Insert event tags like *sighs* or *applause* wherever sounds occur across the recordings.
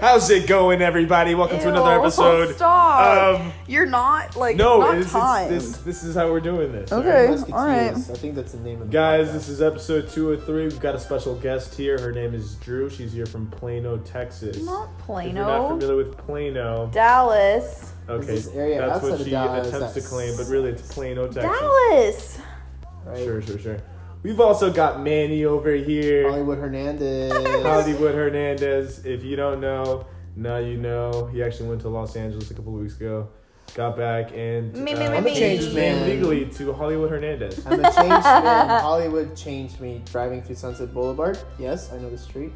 How's it going, everybody? Welcome to another Ew, *laughs* episode. Stop. of- You're not like No, it's it's, not it's, time. this this is how we're doing this. Okay, alright? all right. Musketeers. I think that's the name of the Guys, podcast. this is episode 203. We've got a special guest here. Her name is Drew. She's here from Plano, Texas. Not If you're not Plano. familiar with Plano, Dallas. okay, this area that's what outside of she Dallas attempts to that's- claim, but really it's Plano, Texas. Dallas. *laughs* right? Sure, sure, sure. We've also got Manny over here. Hollywood Hernandez. *laughs* Hollywood Hernandez. If you don't know, now you know. He actually went to Los Angeles a couple of weeks ago, got back, and Me, me, me, he me. changed his name Man. legally to Hollywood Hernandez. I'm a changed man. Hollywood changed me. Driving through Sunset Boulevard. Yes, I know the street.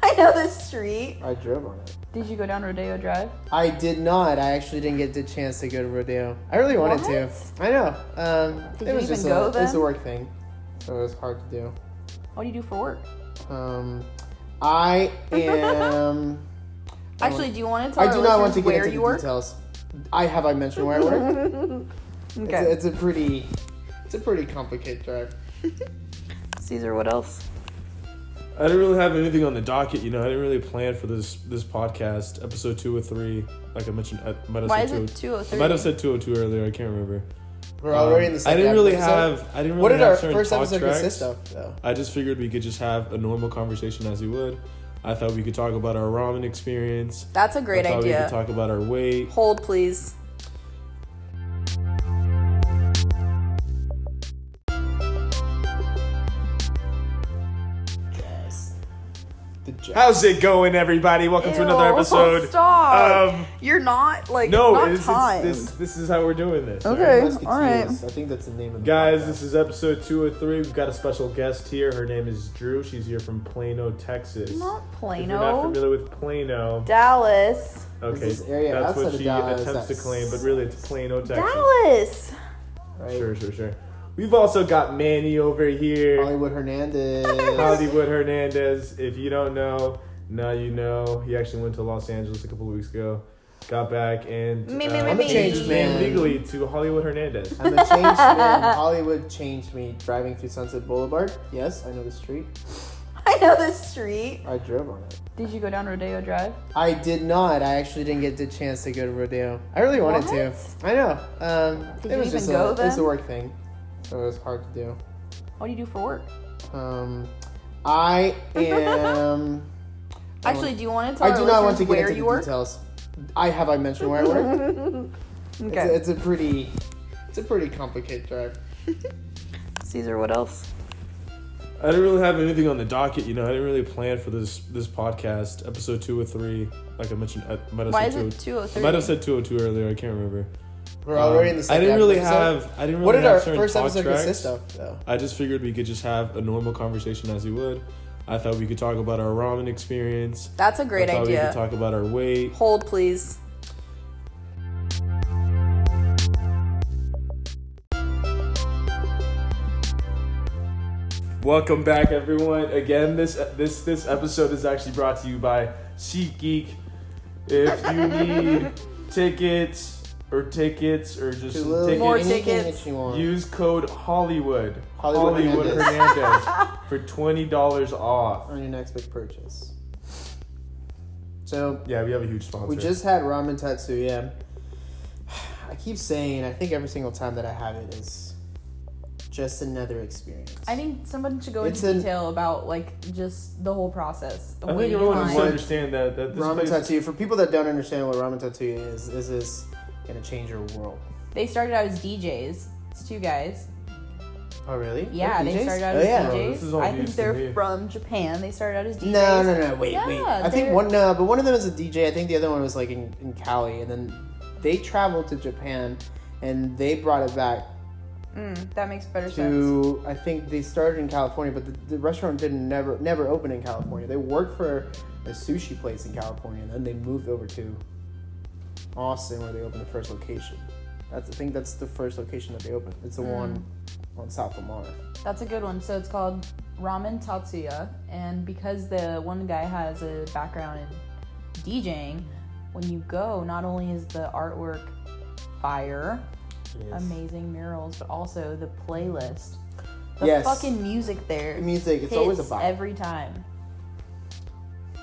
I know this street. I drove on it. Did you go down Rodeo Drive? I did not. I actually didn't get the chance to go to Rodeo. I really wanted to. I know. Um, Did it you was even just a, go It was a then? work thing, so it was hard to do. What do you do for work? Um, *laughs* I am. Actually, do you want to tell I our do not listeners want to get where into you the work? details. I have I mentioned where I work. Okay. It's, a, it's a pretty, it's a pretty complicated drive. Caesar, what else? I didn't really have anything on the docket, you know. I didn't really plan for this this podcast, episode two or three. Like I mentioned, I might have Why is said two. it 203? I might have said two or two earlier. I can't remember. We're already Um, in the I second. didn't really episode. have. I didn't really What did have our certain first talk episode tracks. consist of, though? I just figured we could just have a normal conversation as we would. I thought we could talk about our ramen experience. That's a great I thought we could idea. talk about our weight. Hold, please. The Jack. How's it going, everybody? Welcome to *laughs* another Ew, episode. Stop. of- You're not like No, it's it's, not time. it's, this this is how we're doing this. Okay. alright? Musketeers. all right. I think that's the name of the Guys, podcast. this is episode two or three. We've got a special guest here. Her name is Drew. She's here from Plano, Texas. Not If you're not Plano. familiar with Plano, Dallas. okay, This is area that's outside what of she Dallas attempts to that's- claim, but really it's Plano, *laughs* Texas. Dallas. right? Sure, sure, sure. We've also got Manny over here. Hollywood *laughs* Hernandez. Hollywood Hernandez. If you don't know, now you know. He actually went to Los Angeles a couple of weeks ago, got back, and uh, Me, me, me, he me. changed his name Man. legally to Hollywood Hernandez. I'm a changed *laughs* man. Hollywood changed me. Driving through Sunset Boulevard. Yes, I know the street. I know this street. I drove on it. Did you go down Rodeo Drive? I did not. I actually didn't get the chance to go to Rodeo. I really wanted to. I know. Um, Did it you was even just go a, it was then? a work thing, so it was hard to do. What do you do for work? Um, I *laughs* am. Actually, do you want to tell I our do not listeners want to get where into you the work? details. I have I mentioned where *laughs* I work. okay. It's a, it's a pretty, it's a pretty complicated drive. Caesar, what else? I didn't really have anything on the docket, you know. I didn't really plan for this this podcast, episode two or three. Like I mentioned, I might have Why is said it two. I 203? might have said two hundred two earlier. I can't remember. We're already in Um, the second. I didn't really episode. have. I didn't really What did have our certain first talk episode tracks. consist of, though? I just figured we could just have a normal conversation as we would. I thought we could talk about our ramen experience. That's a great I thought We could idea. talk about our weight. Hold, please. Welcome back, everyone. Again, this this this episode is actually brought to you by SeatGeek. If *laughs* you need tickets or tickets or just To literally tickets, anything tickets. that you want. use code Hollywood Hollywood Hernandez, *laughs* for twenty dollars off. on your next big purchase. So Yeah, we have a huge sponsor. we just had ramen tatsuya. *sighs* I keep saying, I think every single time that I have it is just another experience. I think someone should go It's into an- detail about like just the whole process. The I wait think everyone time. needs to understand that that this ramen place, tattoo. For people that don't understand what ramen tattoo is, is this gonna change your world? They started out as DJs. It's two guys. Oh really? Yeah, they started out oh, as yeah. Oh, DJs. this is all I news think to they're me. from Japan. They started out as DJs. No, no, no. Wait, Yeah, wait. I think they're- one. No, but one of them is a DJ. I think the other one was like in, in Cali, and then they traveled to Japan, and they brought it back Mm, that makes better sense. to I think they started in California, but the, the restaurant didn't never never open in California. They worked for a sushi place in California, and then they moved over to Mm. Austin where they opened the first location. That's I think that's the first location that they opened. It's the one on South Lamar. That's a good one. So it's called Ramen Tatsuya, and because the one guy has a background in DJing, when you go, not only is the artwork fire, amazing murals, but also the playlist. The Yes. fucking music there. The music, it's always a hits vibe. every time.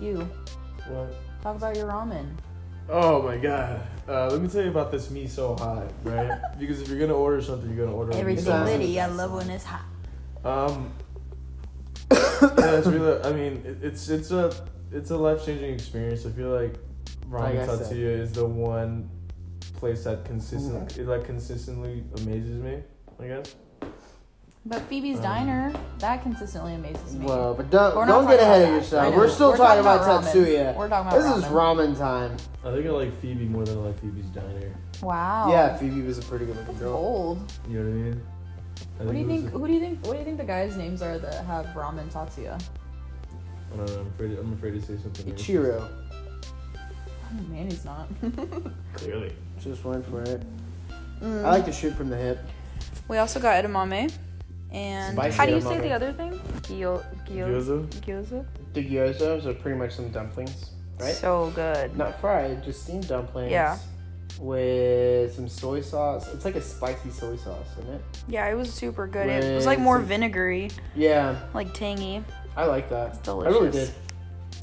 You What? talk about your ramen. Oh my god. Uh, let me tell you about this me so hot, *laughs* right? because if you're gonna order something, you're gonna order a miso Everything Exactly. litty. I love when it's hot. *coughs* Um, yeah, it's really. I mean, it- it's it's a it's a life changing experience. I feel like Like ramen I said. tatsuya is the one place that consistent Mm-hmm. it like consistently amazes me. I guess. But Phoebe's Um, Diner, that consistently amazes me. Whoa, but don't, We're not don't get talking ahead about of that. I yourself. know. We're still We're talking, talking about, about ramen. Tatsuya. We're talking about This is ramen time. I think I like Phoebe more than I like Phoebe's diner. Wow. Yeah, Phoebe was a pretty good looking girl. Bold. You know what I mean? I What do you it was think? Who do you think? What do you think the guys' names are that have ramen tatsuya? A, I don't know. I'm afraid. I'm afraid to say something. else. Ichiro Man, he's not. Clearly. just went for it. I like to shoot from the hip. We also got edamame. And Spicy how do you say edamame. the other thing? Gyo- gyo- Gyoza. gyoza? The gyozas are pretty much some dumplings, right? So good. Not fried, just steamed dumplings. Yeah. With some soy sauce. It's like a spicy soy sauce, isn't it? Yeah, it was super good. It was With like more some- vinegary, Yeah, like tangy. I like that. I really delicious. did.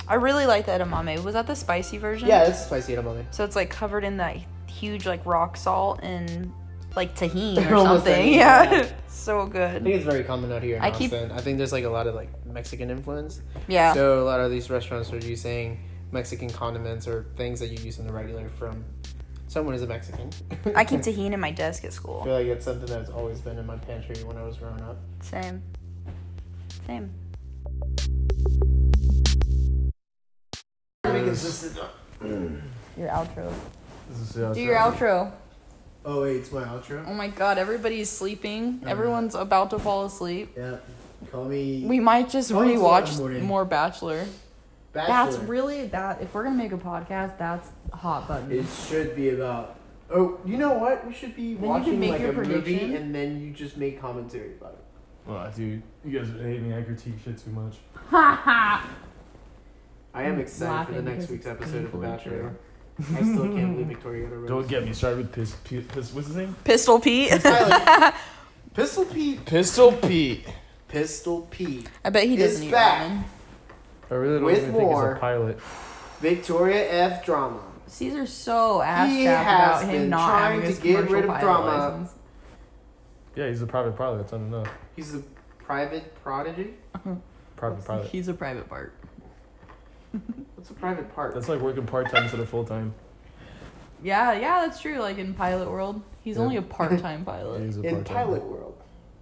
I really like the edamame. Was that the spicy version? Yeah, it's spicy edamame. So it's like covered in that huge like rock salt and like tahini *laughs* or Almost something. anything, yeah. yeah. *laughs* so I good. think it's very common out here in I keep- Austin. I think there's like a lot of like Mexican influence. Yeah. So a lot of these restaurants are using Mexican condiments or things that you use in the regular from someone who's a Mexican. *laughs* I keep tahini in my desk at *laughs* I school. feel like it's something that's always been in my pantry when I was growing up. Same. Same. Your outro. This is- Do your outro. Oh wait, it's my outro. Oh my god, everybody's Mm-hmm. sleeping. Everyone's about to fall asleep. Yeah, call me. We might just Oh, it's rewatch that morning. more Bachelor. Bachelor. That's really that. If we're gonna make a podcast, that's hot button. *laughs* It should be about. Oh, you know what? We should be you watching can make like your a prediction. movie and then you just make commentary about it. Well, dude, you guys hate me. I critique shit too much. I am excited for the laughing next because week's it's episode of The painful. Bachelor. I still can't believe Victoria got a rose. Don't get me started with piss. piss, piss what's his name? Pistol Pete. Tyler, Pistol Pete. Pistol Pete. Pistol Pete. *laughs* I bet he It's doesn't eat back. ramen. I really don't With even think more. he's a pilot. Victoria F. Drama. Caesar's so ass He about has him been not trying having to his get commercial rid of pilot drama. license. Yeah, he's a private pilot. That's not enough. He's a private prodigy. Private pilot. He's a private part. What's a private part? That's like working part time instead of full time. Yeah, yeah, that's true. Like in pilot world, he's Yeah. only *laughs* a part-time pilot. He's a Uh, In part-time. pilot world.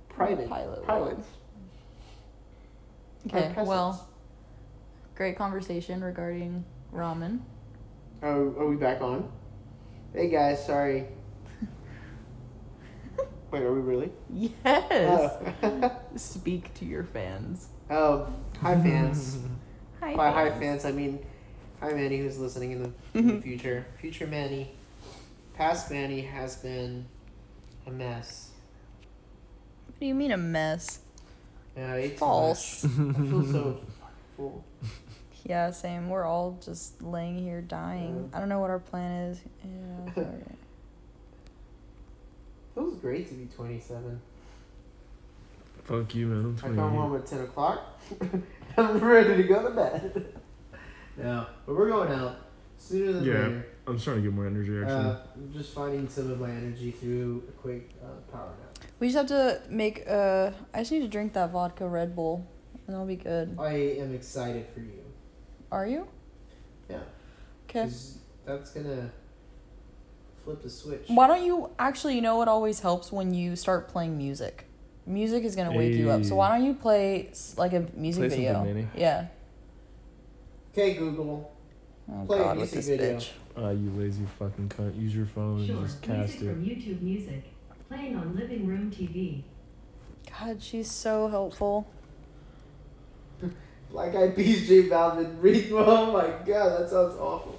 Private. Pilot Pilots. Our okay, peasants. well, great conversation regarding ramen. *laughs* Oh, are we back on? Hey guys, sorry. Wait, are we really? Yes. Oh. Speak to your fans. oh, *laughs* hi fans. Hi. By hi fans, I mean hi Manny who's listening in the, Mm-hmm. *laughs* in the future. Future Manny. Past Manny has been a mess. What do you mean a mess? Yeah, I ate too False. much. I feel so full. Yeah, same. We're all just laying here dying. I don't know what our plan is. Yeah. it's *laughs* alright. Feels great to be 27. *laughs* Fuck you, man. I'm I come 28. home at 10 o'clock. *laughs* I'm ready to go to bed. *laughs* yeah, but we're going out sooner than Yeah. later. I'm starting to get more energy actually. Uh, I'm just finding some of my energy through a quick uh, power nap. We just have to make uh I just need to drink that vodka Red Bull and that'll be good. I am excited for you. Are you? Yeah. Okay. 'Cause That's gonna flip the switch. Why don't you actually you know what always helps when you start playing music? Music is gonna wake you up. So why don't you play s- like a music Play something, video? Manny. Yeah. Okay, Google. Oh Play a god, with music this video. bitch. Ah, you lazy fucking cunt. Use your phone and Sure. just Music cast it. from YouTube Music. Playing on Living Room TV. God, she's so helpful. Black Eyed Peas, J Balvin, Read. Oh my god, that sounds awful.